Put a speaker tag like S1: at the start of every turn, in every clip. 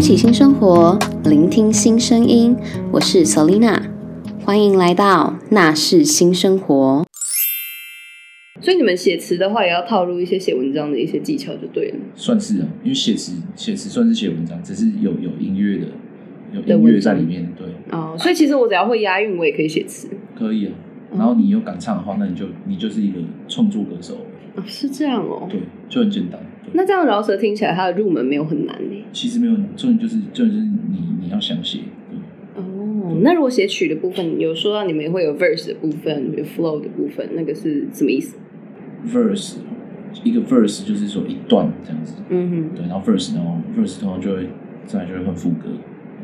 S1: 启新生活，聆听新声音。我是 Selina，欢迎来到那是新生活。
S2: 所以你们写词的话，也要套入一些写文章的一些技巧就对了。
S3: 算是啊，因为写词写词算是写文章，只是有有音乐的，
S2: 的
S3: 有音
S2: 文
S3: 乐在
S2: 章
S3: 里面，对，
S2: 哦，所以其实我只要会押韵，我也可以写词。
S3: 可以啊。
S2: 嗯
S3: 然后你又敢唱的话，那你就你就是一个创作歌手，
S2: 哦，是这样哦。
S3: 对，就很简单。对，
S2: 那这样饶舌听起来它的入门没有很难呢。
S3: 其实没有，重点就是重点就是你你要想写，对，
S2: 哦，那如果写曲的部分，有说到你们会有 verse 的部分，有 flow 的部分，那个是什么意思？
S3: verse 一个 verse 就是说一段这样子，
S2: 嗯
S3: 对，然后 verse 然后 verse 通常就会再来就会换副歌，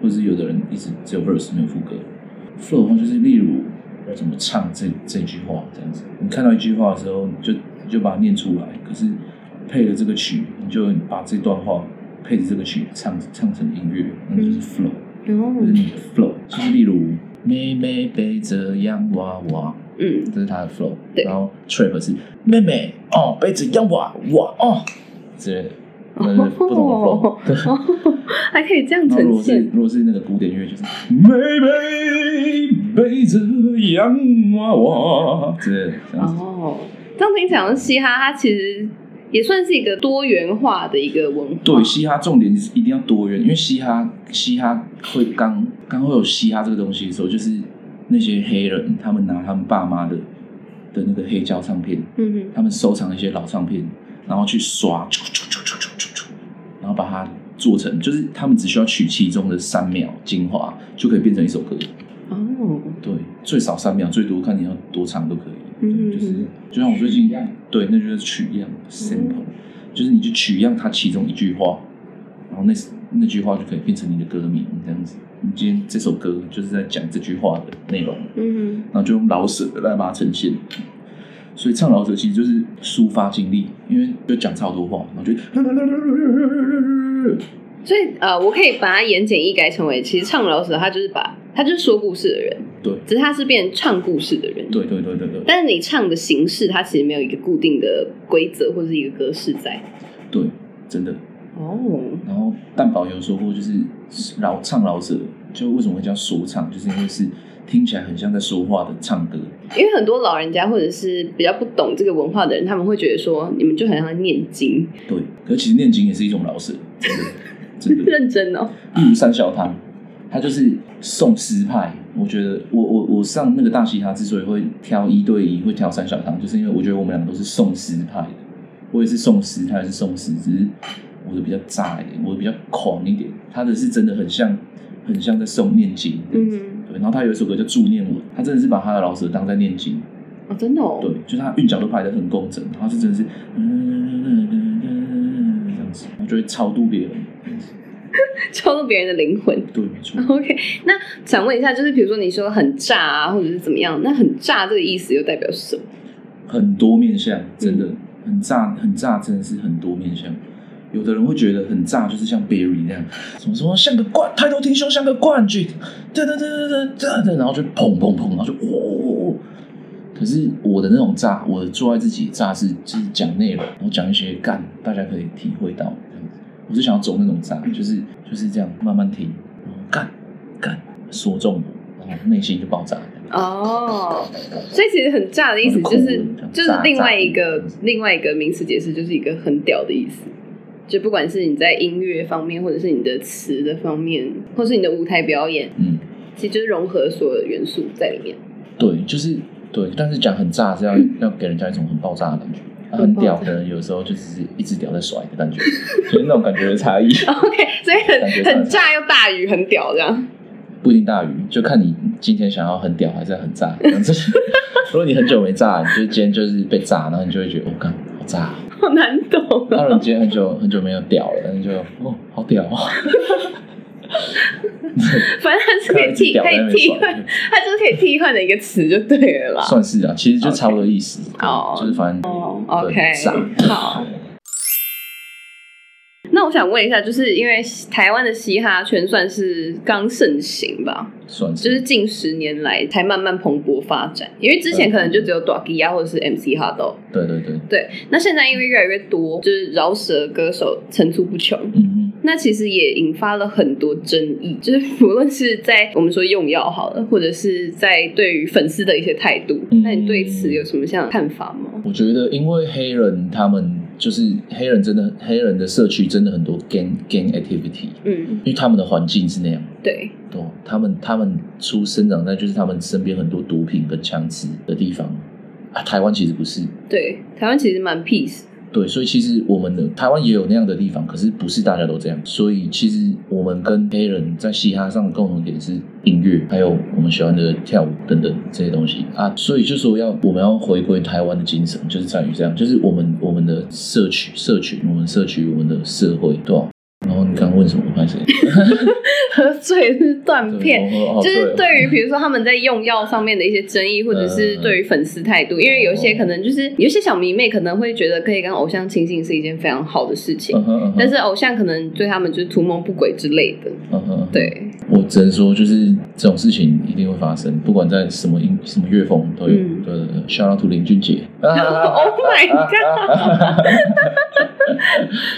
S3: 或者是有的人一直只有 verse 没有副歌。flow 的话就是例如要怎么唱这这句话这样子，你看到一句话的时候，你就你就把它念出来，可是配了这个曲，你就把这段话配着这个曲唱唱成音乐，那就是
S2: 嗯
S3: flow。
S2: 哼，
S3: 或者
S2: 哦，
S3: 你的 flow，就是例如妹妹背着洋娃娃，
S2: 嗯，
S3: 这是他的 flow，
S2: 对
S3: 然后 trap 是妹妹哦背着洋娃娃哦之类的，那是不同的 flow
S2: 哦。
S3: 对
S2: 还可以这样
S3: 然后如
S2: 呈
S3: 果是
S2: 现。
S3: 如果是那个古典乐，就是妹妹背着洋娃娃之类的，这样子。
S2: 哦，这样听起来好像嘻哈，它其实也算是一个多元化的一个文化。
S3: 对，嘻哈重点是一定要多元，因为嘻哈嘻哈会刚刚会有嘻哈这个东西的时候，就是那些黑人他们拿他们爸妈的的那个黑胶唱片，
S2: 嗯哼。
S3: 他们收藏一些老唱片，然后去刷，啾啾啾啾啾啾啾然后把它做成，就是他们只需要取其中的三秒精华，就可以变成一首歌。
S2: 哦，
S3: 对，最少三秒，最多看你要多长都可以。
S2: 嗯嗯
S3: 对，就是就像我最近对，那就是取样 sample，、就是你就取样它其中一句话，然后那那句话就可以变成你的歌名这样子。你今天这首歌就是在讲这句话的内容。
S2: 嗯
S3: 然后就用老舍来把它呈现。所以唱老舍其实就是抒发经历，因为就讲超多话，然后就
S2: 哼，所以呃，我可以把它言简意赅成为，其实唱饶舌他就是把他就是说故事的人，
S3: 对
S2: 只是他是变唱故事的人。
S3: 对对对对对
S2: 但是你唱的形式，它其实没有一个固定的规则或者是一个格式在。
S3: 对，真的。
S2: 哦，
S3: 然后蛋宝有说过，就是老唱老舍，就为什么会叫说唱，就是因为是听起来很像在说话的唱歌，
S2: 因为很多老人家或者是比较不懂这个文化的人，他们会觉得说，你们就很像在念经，
S3: 对。可其实念经也是一种老舍，真的真 的。
S2: 认真哦。
S3: 例如三小汤，他就是宋诗派。我觉得我我我上那个大嘻哈之所以会挑一对一，会挑三小汤，就是因为我觉得我们两个都是宋诗派的。我也是宋诗，他也是宋诗，只是我的比较炸一点，我的比较狂一点，他的是真的很像很像在诵念经。
S2: 嗯，
S3: 对，然后他有一首歌叫《助念文》，他真的是把他的老舍当在念经。
S2: 哦，真的哦。
S3: 对，就是他韵脚都排的很工整，然后就真的是这样子，然后就会超度别人。
S2: 抽动别人的灵魂。
S3: 对，没错。
S2: OK，那想问一下，就是比如说你说很炸啊，或者是怎么样？那很炸这个意思又代表什么？
S3: 很多面相，真的、很炸，很炸，真的是很多面相。有的人会觉得很炸，就是像 Berry 那样，什么什么像个冠，抬头挺胸像个冠军，哒哒哒哒哒哒哒，然后就砰砰砰，然后就哦哦哦。可是我的那种炸，我做爱自己炸是就是讲内容，我讲一些干，大家可以体会到这样子。我是想要走那种炸，就是就是这样慢慢听，然后干干说中我，然后内心就爆炸。
S2: 哦，所以其实很炸的意思就是就是另外一个另外一个名词解释，就是一个很屌的意思。就不管是你在音乐方面，或者是你的词的方面，或是你的舞台表演，
S3: 嗯，
S2: 其实就是融合所有元素在里面。
S3: 对，就是对，但是讲很炸是要
S2: 嗯
S3: 要给人家一种很爆炸的感觉，啊、很屌的有时候就只是一直屌在甩的感觉， 就是那种感觉的差异，
S2: OK，所以
S3: 感觉
S2: 很
S3: 上
S2: 很炸又大于很屌这样。
S3: 不一定大于，就看你今天想要很屌还是很炸。这样子 如果你很久没炸，你就今天就是被炸，然后你就会觉得我靠、好炸啊。
S2: 好难懂
S3: 那如
S2: 哦。
S3: 果你今天很久很久没有屌了，你就哦好屌啊、
S2: 反正它是可
S3: 看到一
S2: 以
S3: 只
S2: 替
S3: 屌
S2: 可
S3: 在那
S2: 以
S3: 边
S2: 替
S3: 甩
S2: 换，它就是可以替换的一个词就对了啦。
S3: 算是啊，其实就差不多意思。
S2: 哦
S3: 对就是反正
S2: 哦
S3: 对
S2: ，OK，
S3: 炸。
S2: 好。那我想问一下，就是因为台湾的嘻哈圈算是刚盛行吧，
S3: 算是
S2: 就是近十年来才慢慢蓬勃发展。因为之前可能就只有 d o g 啊，或者是 MC 哈豆，
S3: 对对对，
S2: 对。那现在因为越来越多，就是饶舌歌手层出不穷。
S3: 嗯嗯，
S2: 那其实也引发了很多争议，就是不论是在我们说用药好了，或者是在对于粉丝的一些态度，
S3: 嗯
S2: 那你对此有什么样的看法吗？
S3: 我觉得，因为黑人他们就是黑人，真的黑人的社区真的很多 gang gang activity，
S2: 嗯，
S3: 因为他们的环境是那样。
S2: 对，
S3: 对，他们他们出生长在就是他们身边很多毒品跟枪支的地方啊。台湾其实不是，
S2: 对，台湾其实蛮 peace，
S3: 对，所以其实我们的台湾也有那样的地方，可是不是大家都这样。所以其实我们跟黑人在嘻哈上的共同点是音乐，还有我们喜欢的跳舞等等这些东西啊。所以就说要我们要回归台湾的精神，就是在于这样，就是我们我们的社区、社群、我们社区、我们的社会，对吧、然后你刚刚问什么？拍谁？
S2: 喝醉是断片，
S3: 对，我哦
S2: 就是
S3: 对哦嗯
S2: 对于比如说他们在用药上面的一些争议，或者是对于粉丝态度，因为
S3: 哦
S2: 有一些可能就是有一些小迷妹可能会觉得可以跟偶像亲近是一件非常好的事情，
S3: 嗯哼嗯哼
S2: 但是偶像可能对他们就是图谋不轨之类的。
S3: 嗯哼，嗯哼，
S2: 对，
S3: 我只能说，就是这种事情一定会发生，不管在什么音什么乐风都有。
S2: 嗯
S3: 对对对，shout out to 林俊杰。
S2: Oh my god！
S3: god！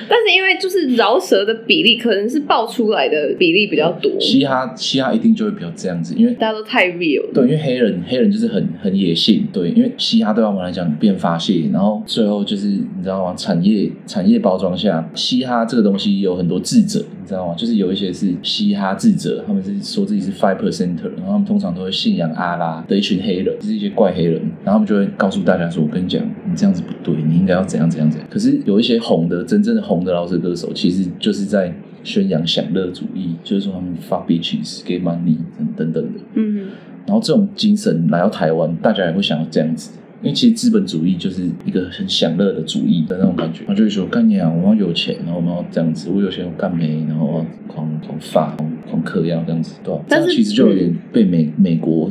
S2: 但是因为就是饶舌的比例可能是爆出来的比例比较多，
S3: 嘻哈嘻哈一定就会比较这样子，因为
S2: 大家都太 real 了。
S3: 对，因为黑人黑人就是很很野性，对，因为嘻哈对他们来讲变发泄，然后最后就是你知道吗？产业产业包装下，嘻哈这个东西有很多智者，你知道吗？就是有一些是嘻哈智者，他们是说自己是 five percenter，然后他们通常都会信仰阿拉的一群黑人，就是一些怪黑人，然后他们就会告诉大家说：“我跟你讲，你这样子不对，你应该要怎样怎样怎样。”可是有一些红的真正的红的饶舌歌手，其实就是在。宣扬享乐主义，就是说他们 fuck bitches、get money 等等等的，
S2: 嗯，
S3: 然后这种精神来到台湾，大家也会想要这样子。因为其实资本主义就是一个很享乐的主义的那种感觉，他就会说干你啊，我们要有钱，然后我们要这样子，我有钱我干没，然后我要狂狂发狂狂嗑药这样子，对吧、这
S2: 但
S3: 样
S2: 是
S3: 其实就有点被美美国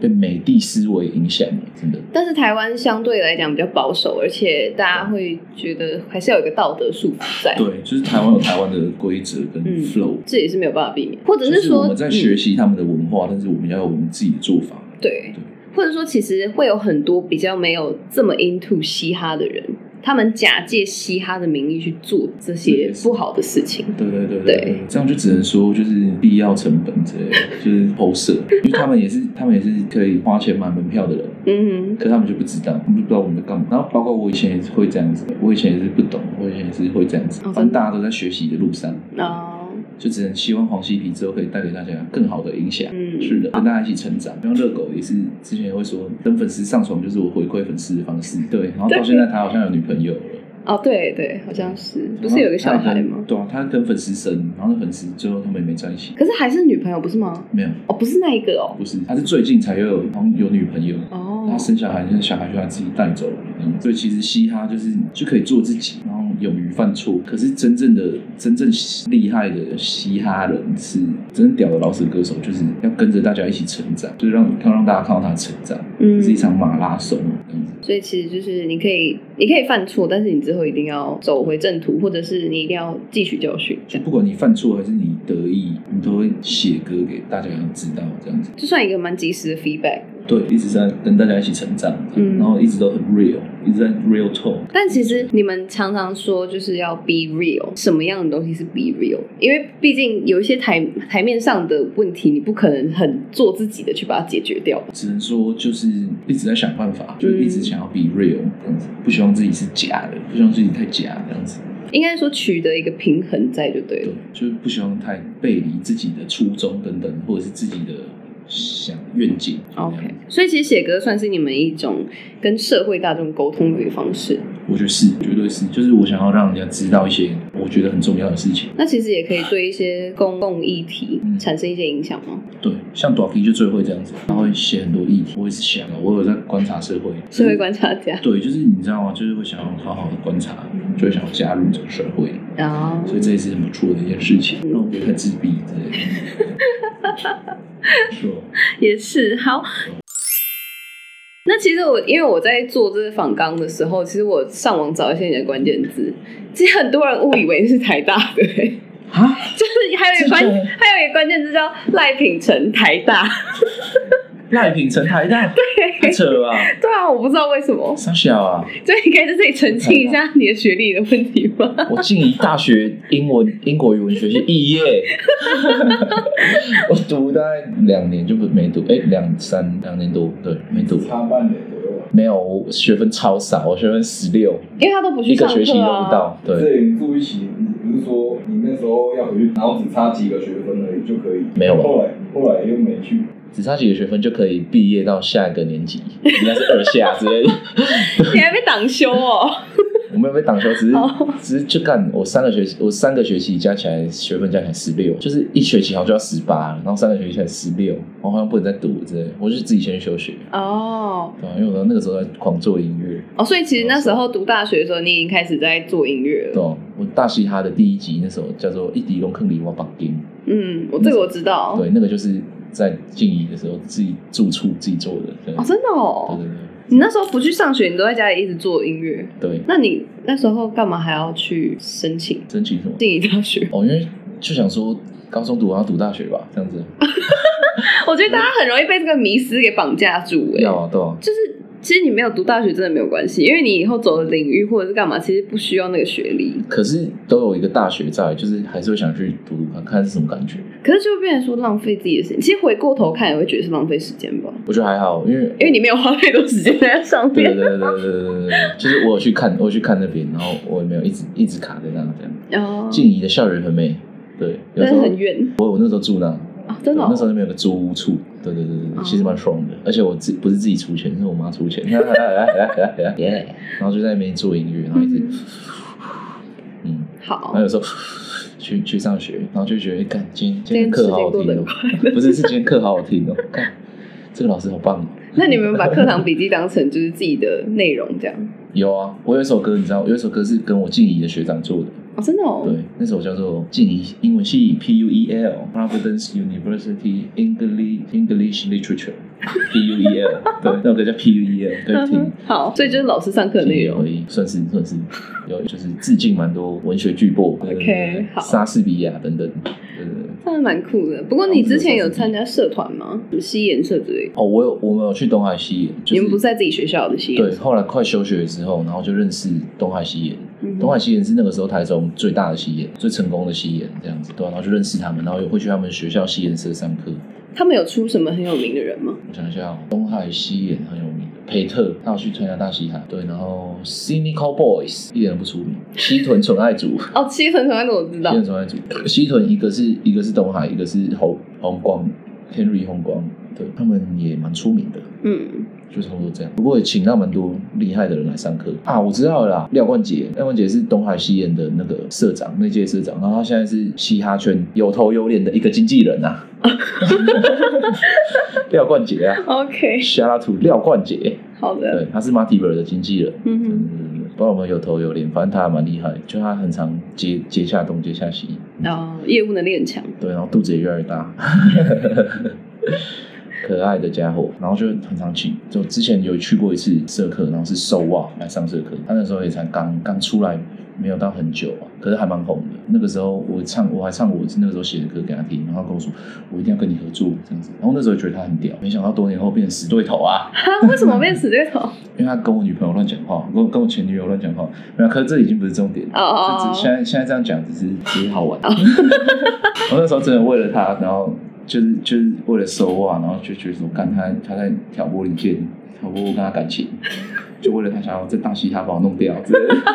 S3: 被美帝思维影响了，真的。
S2: 但是台湾相对来讲比较保守，而且大家会觉得还是要有一个道德束缚在，
S3: 对，就是台湾有台湾的规则跟
S2: 嗯
S3: flow，、
S2: 这也是没有办法避免，或者
S3: 就是
S2: 说
S3: 我们在
S2: 嗯
S3: 学习他们的文化，但是我们要有我们自己的做法。
S2: 对
S3: 对，
S2: 或者说其实会有很多比较没有这么 into 嘻哈的人，他们假借嘻哈的名义去做这些不好的事情。
S3: 对对对嗯
S2: 对，
S3: 这样就只能说就是必要成本之类的， 就是投射，因为他们也是他们也是可以花钱买门票的人，
S2: 嗯哼，
S3: 可他们就不知道，他们不知道我们在干嘛。然后包括我以前也是会这样子，我以前也是不懂，我以前也是会这样子
S2: 哦真，的
S3: 反正大家都在学习的路上，
S2: 哦，
S3: 就只能希望黄西皮之后可以带给大家更好的影响。
S2: 嗯，
S3: 是的，跟大家一起成长。像热狗也是之前也会说，跟粉丝上床就是我回馈粉丝的方式。对，然后到现在他好像有女朋友了。
S2: 哦，对对，好像是，不是有个小
S3: 然后他
S2: 孩
S3: 跟
S2: 吗？
S3: 对啊，他跟粉丝生，然后那粉丝最后他们也没在一起。
S2: 可是还是女朋友不是吗？
S3: 没有，
S2: 哦，不是那一个哦，
S3: 不是，他是最近才又有好像有女朋友，
S2: 哦
S3: 他，生小孩，那小孩就他自己带走了。嗯所以其实嘻哈就是就可以做自己，然后勇于犯错。可是真正的真正厉害的嘻哈人是真屌的老舌歌手，就是要跟着大家一起成长，就是让要让大家看到他成长，
S2: 嗯
S3: 这是一场马拉松这样子。
S2: 所以其实就是你可以，你可以犯错，但是你之后一定要走回正途，或者是你一定要汲取教训，这
S3: 就
S2: 样
S3: 不管你犯错还是你得意，你都会写歌给大家知道这样子。
S2: 这算一个蛮及时的 feedback。
S3: 对，一直在跟大家一起成长，
S2: 嗯
S3: 然后一直都很 real，一直在 real talk。
S2: 但其实你们常常说就是要 be real，什么样的东西是 be real？因为毕竟有一些台台面上的问题，你不可能很做自己的去把它解决掉吧。
S3: 只能说就是一直在想办法，
S2: 嗯
S3: 就是一直想要 be real 这样子，不希望自己是假的，不希望自己太假这样子，
S2: 应该说取得一个平衡在就对
S3: 对
S2: 了。，
S3: 就是不希望太背离自己的初衷等等，或者是自己的想愿景。
S2: OK，所以其实写歌算是你们一种跟社会大众沟通的一个方式。
S3: 我觉得是，绝对是，就是我想要让人家知道一些我觉得很重要的事情。
S2: 那其实也可以对一些公共议题
S3: 嗯
S2: 产生一些影响吗？
S3: 对，像 d o k 就最会这样子，他会写很多议题，我也是想，啊我有在观察社会，
S2: 社会观察家，
S3: 对，就是你知道吗？就是会想要好好的观察，就会想要加入这个社会。
S2: 然后
S3: 所以这也是很不错的一件事情，让我不会太自闭之类的。是哦，
S2: 也是好。那其实我因为我在做这个访纲的时候，其实我上网找一些你的关键字，其实很多人误以为你是台大的、 欸
S3: 啊，
S2: 就是还有一个关
S3: 真的
S2: 还有一个关键字叫赖品成台大，
S3: 赖品成台大，太扯了吧？
S2: 对啊，我不知道为什么，
S3: 傻小啊！
S2: 所以你可以在这里澄清一下你的学历的问题吗？
S3: 我进一大学英文英国语文学系肄业， 我读大概两年就不没读，哎、两三两年多，对，没读，
S4: 差半年左右吧。啊
S3: 没有，我学分超少，我学分十六，
S2: 因为他都不去
S3: 一
S2: 上
S3: 个
S2: 课啊，
S3: 学期都不到，对，
S4: 这你住一起，你不是说你那时候要回去，然后只差几个学分而已就可以？
S3: 没有啊吧
S4: 后来后来又没去，
S3: 只差几个学分就可以毕业到下一个年级，应该是二下之类的。
S2: 你还被挡修哦。
S3: 我没有被挡球，只是
S2: 哦
S3: 只是就干我三个学期，我三个学期加起来学分加起来十六，就是一学期好像就要十八，然后三个学期才十六，我好像不能再读了之类的，我就自己先去休学。
S2: 哦
S3: 对啊，因为我那个时候在狂做音乐，
S2: 哦，所以其实那时候读大学的时候，你已经开始在做音乐
S3: 对
S2: 了。
S3: 啊、我大嘻哈的第一集那时候叫做《一滴龙坑里挖绑丁
S2: 嗯，我这个我知》，道。
S3: 对，那个就是在静怡的时候自己住处自己做的。对
S2: 哦，真的哦。
S3: 对对
S2: 你那时候不去上学，你都在家里一直做音乐。
S3: 对对，
S2: 那你那时候干嘛还要去申请
S3: 争取什么？
S2: 进一大学？
S3: 哦，因为就想说高中读完要读大学吧，这样子。
S2: 我觉得大家很容易被这个迷思给绑架住、欸。
S3: 要啊，对啊。
S2: 就是其实你没有读大学真的没有关系，因为你以后走的领域或者是干嘛，其实不需要那个学历。
S3: 可是都有一个大学在，就是还是会想去读读看，看是什么感觉。
S2: 可是就会变成说浪费自己的时间。其实回过头看也会觉得是浪费时间吧，
S3: 我觉得还好，因 为
S2: 因为你没有花太多时间在上
S3: 对对
S2: 面。
S3: 对对对对对对对，就是我有去看，我有去看那边，然后我也没有一直一直卡在那这样。
S2: 哦，
S3: 静怡的校园很美，对，有
S2: 但
S3: 时
S2: 是
S3: 候
S2: 很哦远
S3: 我我那时候住那，
S2: 啊，真的、
S3: 对那时
S2: 哦。
S3: 候那边有个租屋处，对对对对
S2: 哦
S3: 对，其实蛮爽的，而且我自不是自己出钱，是我妈 出钱，来来来来来来来，然后就在那边做音乐，然后一直
S2: 嗯
S3: 嗯，然后
S2: 好，
S3: 有时候去去上学，然后就觉得，哎干，今天今天课好好
S2: 今天时间过得
S3: 听
S2: 很
S3: 哦、不是是今天课好好听哦、干，这个老师好棒哦、
S2: 那你们把课堂笔记当成就是自己的内容这样？
S3: 有啊，我有一首歌，你知道，有一首歌是跟我静怡的学长做的，
S2: 哦，真的哦。
S3: 对，那首叫做《静怡英文系 P U E L Providence University English English Literature P U E L》，对， 那首歌叫 P U E L，对，
S2: 嗯哼
S3: 听。
S2: 好，所以就是老师上课的内容
S3: 而。已，算是算是有，就是致敬蛮多文学巨擘对对对对
S2: OK，好
S3: 莎士比亚等等，对对对。
S2: 真的蛮酷的。不过你之前有参加社团吗？什么西研社之类的？
S3: 哦，我有我们有去东海西演，就是、
S2: 你们不是在自己学校的西研
S3: 对，
S2: 社？
S3: 后来快休学之后，然后就认识东海西演。
S2: 嗯
S3: 东海西演是那个时候台中最大的西演，最成功的西演，这样子，对啊、然后就认识他们，然后也会去他们学校西演社上课。
S2: 他们有出什么很有名的人吗？
S3: 我想一下哦，东海西演很有名的，裴特他有去参加大西海，对，然后 Cynical Boys 一点都不出名，西屯纯爱组，西
S2: 哦，七层从那我知道
S3: 屯。纯爱组，西屯一个是一个是东海，一个是红红光 Henry 红光，对他们也蛮出名的。
S2: 嗯，
S3: 就差不多这样。不过也请到蛮多厉害的人来上课啊，我知道了啦，廖冠杰，廖冠杰是东海西演的那个社长，那届社长，然后他现在是嘻哈圈有头有脸的一个经纪人啊， 廖冠杰啊
S2: OK，
S3: ，shout out to 廖冠杰，
S2: 好的，
S3: 对，他是 Marty b e r 的经纪人。
S2: 嗯
S3: 对
S2: 哼，
S3: 对对对不知道有没有有头有脸，反正他还蛮厉害，就他很常接接下东接下西，
S2: 然后哦业务能力很强，
S3: 对，然后肚子也越来越大， 可爱的家伙。然后就很常去，就之前有去过一次社课，然后是收袜来上社课。他那时候也才刚刚出来，没有到很久啊，可是还蛮红的。那个时候我唱，我还唱我那个时候写的歌给他听，然后他跟我说我一定要跟你合作这样子。然后那时候觉得他很屌，没想到多年后变成死对头啊，
S2: 哈，为什么变死对 头？哦
S3: 因为他跟我女朋友乱讲话，跟我跟我前女友乱讲话。没有，可是这已经不是重点了。
S2: 哦
S3: 就只现在现在这样讲，只是只是好玩。 我那时候真的为了他，然后就是就是为了收袜，然后就觉得说，看他他在挑拨离间，挑拨我跟他感情，就为了他想要在大嘻哈把我弄掉之类的。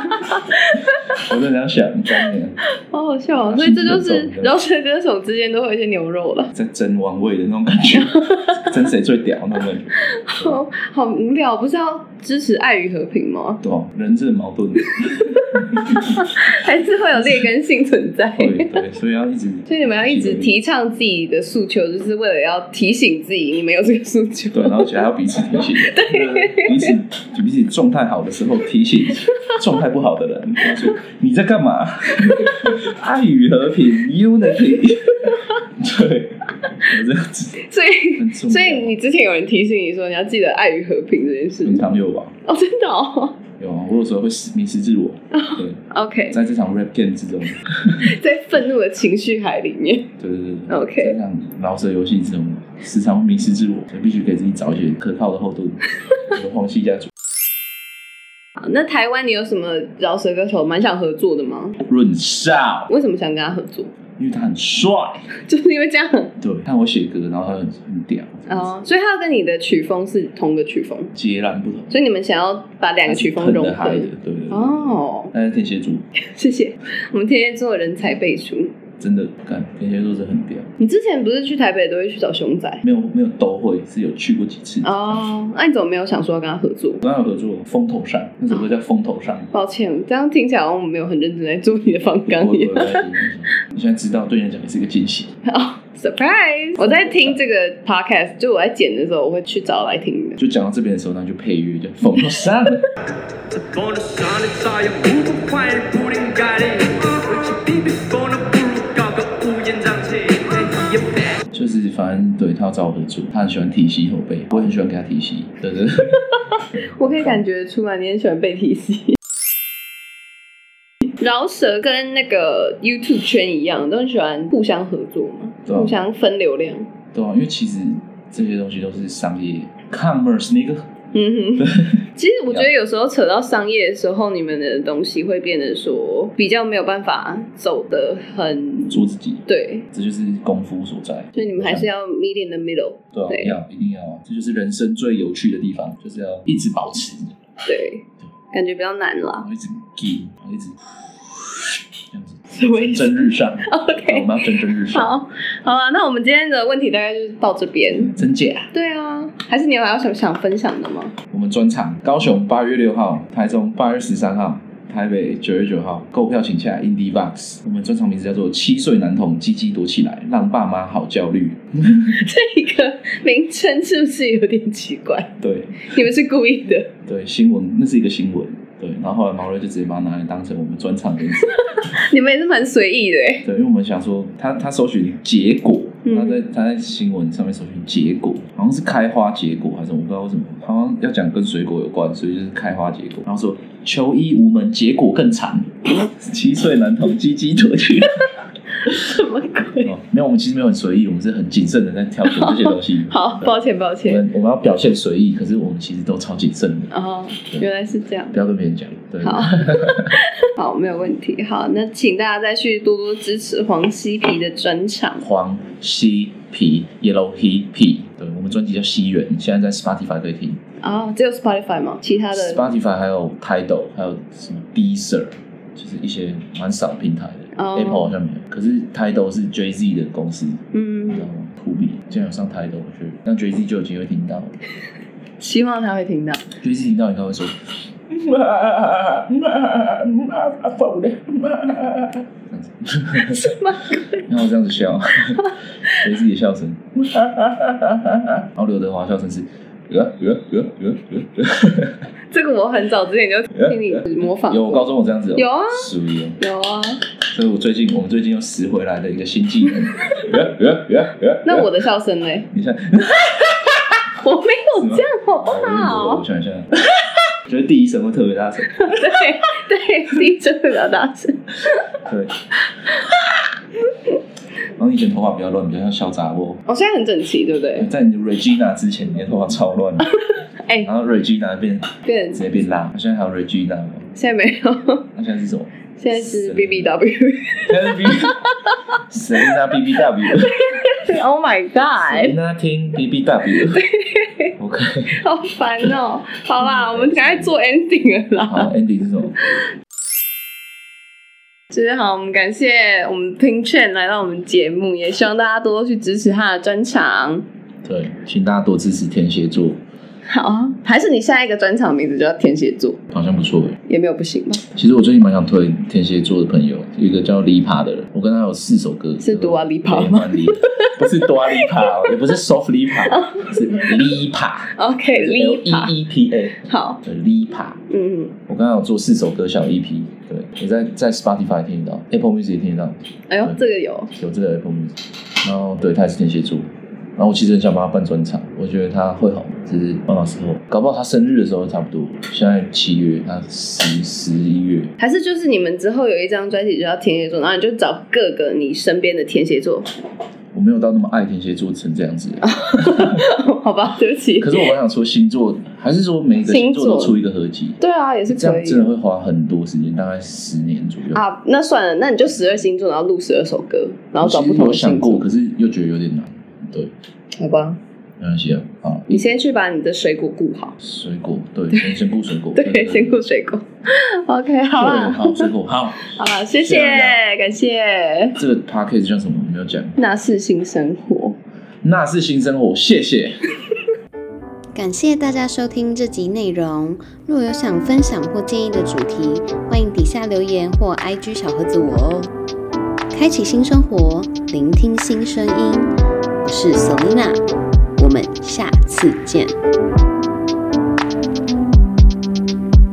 S3: 我真的这样想，当年
S2: 哦，好好笑哦！
S3: 啊
S2: 所以这就是
S3: 是不是
S2: 饶舌歌手之间都会有一些牛肉 了，
S3: 在争王位的那种感觉，争谁最屌那种感觉，
S2: 好好无聊，不是要支持爱与和平吗？
S3: 对吧？人是很 矛盾的，
S2: 还是会有劣根性存 在？
S3: 对对，所以要一直，
S2: 所以你们要一直提倡自己的诉求，就是为了要提醒自己，你们有这个诉求。
S3: 对，然后且还要彼此提醒，对，彼此彼此状态好的时候提醒状态不好的人，他说你在干嘛？ 爱与和平，unity，对，我这样子
S2: 所以，
S3: 很重要，
S2: 所以你之前有人提醒你说你要记得爱与和平这件事
S3: 平
S2: 情
S3: 常有吧？
S2: 哦，真的哦，
S3: 有啊，我有时候会迷失自我。对，
S2: OK，
S3: 在这场 rap game 之中，
S2: 在愤怒的情绪海里面，
S3: 对对对对
S2: OK
S3: 在这场饶舌游戏之中，时常会迷失自我，所以必须给自己找一些可靠的后盾， 有黄西家族
S2: 好那台湾你有什么饶舌歌手蛮想合作的吗？
S3: 润少，
S2: 为什么想跟他合作？
S3: 因为他很帅。
S2: 就是因为这样
S3: 对，看我写歌，然后他很很屌，
S2: 哦，所以他要跟你的曲风是同个曲风，
S3: 截然不同，
S2: 所以你们想要把两个曲风融
S3: 很
S2: 合
S3: 嗨的，对对对。
S2: 哦。
S3: 但是天蝎座
S2: 谢谢，我们天蝎座人才辈出。
S3: 真的，看天蝎座是很屌，
S2: 你之前不是去台北都会去找熊仔
S3: 没有没有都会，是有去过几次。
S2: 哦？那、你怎么没有想说要跟他合作？
S3: 我刚有合作《风头上》，那首歌叫《风头上》。
S2: 抱歉，这样听起来好像我们没有很认真在做你的方纲一
S3: 我
S2: 样。
S3: 我你现在知道，对你来讲也是一个惊喜。
S2: 哦，surprise！我在听这个 podcast，就我在剪的时候，我会去找来听的。
S3: 就讲到这边的时候，然后就配乐，就《风头上》。
S5: 风的上的太阳，不顾快乐，不灵感的，挥起皮皮风的不如高歌，乌烟瘴气。也别
S3: 就是反正对他要找我合作，他很喜欢提膝后背，我也很喜欢给他提膝，对对对。
S2: 我可以感觉出来，你很喜欢被提醒。饶舌跟那个 YouTube 圈一样，都很喜欢互相合作嘛，
S3: 对啊
S2: 互相分流量。
S3: 对啊，因为其实这些东西都是商业 commerce 那个，
S2: 嗯 哼，其实我觉得有时候扯到商业的时候，你们的东西会变得说比较没有办法走的很
S3: 做自己，
S2: 对，
S3: 这就是功夫所在。
S2: 所以你们还是要 meet in the middle
S3: 对啊，
S2: 对
S3: 要一定要啊，这就是人生最有趣的地方，就是要一直保持，
S2: 对，感觉比较难啦
S3: 然。后一直 give，然后一直这样子
S2: 什么意思
S3: 蒸蒸日上。
S2: OK
S3: 我们要蒸蒸日上。
S2: 好，好啊，那我们今天的问题大概就是到这边。
S3: 真假？
S2: 对啊，还是你有还有想想分享的吗？
S3: 我们专场高雄八月六号，台中八月十三号，台北九月九号，购票请洽 Indie Box。我们专场名字叫做《七岁男童鸡鸡躲起来，让爸妈好焦虑》。
S2: 这一个名称是不是有点奇怪？
S3: 对
S2: 你们是故意的？
S3: 对，新闻那是一个新闻。对，然后后来毛瑞就直接把它拿来当成我们专场名字。
S2: 你们也是蛮随意的哎。
S3: 对，因为我们想说，他他搜寻结果，
S2: 嗯
S3: 他在他在新闻上面搜寻结果，好像是开花结果还是什么我不知道为什么，好像要讲跟水果有关，所以就是开花结果。然后说求医无门，结果更惨， 七岁男童鸡鸡脱去。
S2: 什么鬼？
S3: 哦，没有，我们其实没有很随意，我们是很谨慎的在挑选这些东西。
S2: 好，
S3: 对
S2: 抱歉抱
S3: 我
S2: 歉。
S3: 们我们要表现随意，可是我们其实都超谨慎的，
S2: 哦，原来是这样。
S3: 不要跟别人讲。对，
S2: 好，好，没有问题。好，那请大家再去多多支持黄西皮的专场。
S3: 黄西皮 Yellow He P，对我们专辑叫西元，现在在 Spotify 可以听。
S2: 哦，只有 Spotify 吗？其他的？
S3: Spotify 还有 Tidal，还有什么 Deezer，就是一些蛮少平台的。
S2: 哦
S3: Apple 好像没有，可是 Tidal 是 Jay Z 的公司，然后
S2: 嗯，
S3: 酷比竟然有上 Tidal，我觉得让 Jay Z 就有机会听到。
S2: 希望他会听到。
S3: Jay Z 听到应该 会说，
S2: 什么？
S3: 然后这样子笑，Jay Z 的笑声，然后刘德华笑声是。呃呃呃呃呃
S2: 这个我很早之前就听你模仿
S3: 呃，有高中我这样子、哦，
S2: 哎有啊
S3: 属于哦
S2: 有啊。
S3: 所以我最近我们最近又拾回来的一个新技 能。呃呃呃呃
S2: 那我的笑声嘞？
S3: 你看，
S2: 我没有这样，好不
S3: 我
S2: 好？
S3: 想一下，觉得第一声会特别大声，
S2: 对对，第一声会比较大声。
S3: 对。然后你以前头发比较乱，比较像小杂窝。
S2: 我哦现在很整齐，对不对？
S3: 在你 Regina 之前，你的头发超乱的，
S2: 哎、
S3: 然后 Regina 变直
S2: 变
S3: 接变辣，现在还有 Regina 吗？
S2: 现在没有，
S3: 那现在 是什么？
S2: 现在是 B B W。
S3: 现在是 B Selena B B W
S2: oh my god，
S3: Selena 听 B B W OK
S2: 好烦哦、好啦，我们赶快做 ending 了啦。
S3: 好 Andy 是什么？
S2: 就是好，我们感谢我们 Pin Chen 来到我们节目，也希望大家多多去支持他的专场。
S3: 对，请大家多支持天蝎座，
S2: 好啊，还是你下一个专场名字就叫天蝎座，
S3: 好像不错诶。欸
S2: 也没有不行吧？
S3: 其实我最近蛮想推天蝎座的朋友，有一个叫 l i p a 的人，我跟他有四首歌，
S2: 是 Dua Lipa
S3: 对
S2: 吗？
S3: 蛮 Li- 不是 Dua Lipa，也不哦是
S2: 哦
S3: Soft Lipa，是 Lipa。
S2: OK，
S3: L
S2: 立法
S3: E E P A
S2: 好，
S3: 的 Lipa，
S2: 嗯，
S3: 我刚刚有做四首歌小 EP，对，也在在 Spotify 听得到，Apple Music 也听得到，
S2: 哎呦，这个有
S3: 有这个 Apple Music，然后对，他也是天蝎座，然后我其实很想帮他办专场，我觉得他会好，只是放到时候，搞不好他生日的时候差不多。现在七月，他十十一月，
S2: 还是就是你们之后有一张专辑就叫天蝎座，然后你就找各个你身边的天蝎座，
S3: 我没有到那么爱天蝎座成这样子。
S2: 好吧，对不起。
S3: 可是我蛮想说星座，还是说每一个星座都出一个合集，
S2: 对啊，也是
S3: 这
S2: 可
S3: 样
S2: 以
S3: 真的会花很多时间，大概十年左右。
S2: 啊。那算了，那你就十二星座，然后录十二首歌，然后找不同
S3: 我
S2: 的
S3: 其实
S2: 星
S3: 有想过，
S2: 座，
S3: 可是又觉得有点难。对，
S2: 好吧？
S3: 没关系啊。好，
S2: 你先去把你的水果顾好，
S3: 水果，对， 先先顾水果，
S2: 对，先顾水果。OK，好
S3: 好，
S2: 啦，
S3: 好，水果好。
S2: 好啦，谢谢，
S3: 谢谢大
S2: 感谢。
S3: 这个 p a c k a g e 叫什么？没有讲。
S2: 那是新生活，
S3: 那是新生活，谢谢。
S1: 感谢大家收听这集内容。若有想分享或建议的主题，欢迎底下留言或 IG 小盒子我哦。开启新生活，聆听新声音，我是 Selina，我们下次见。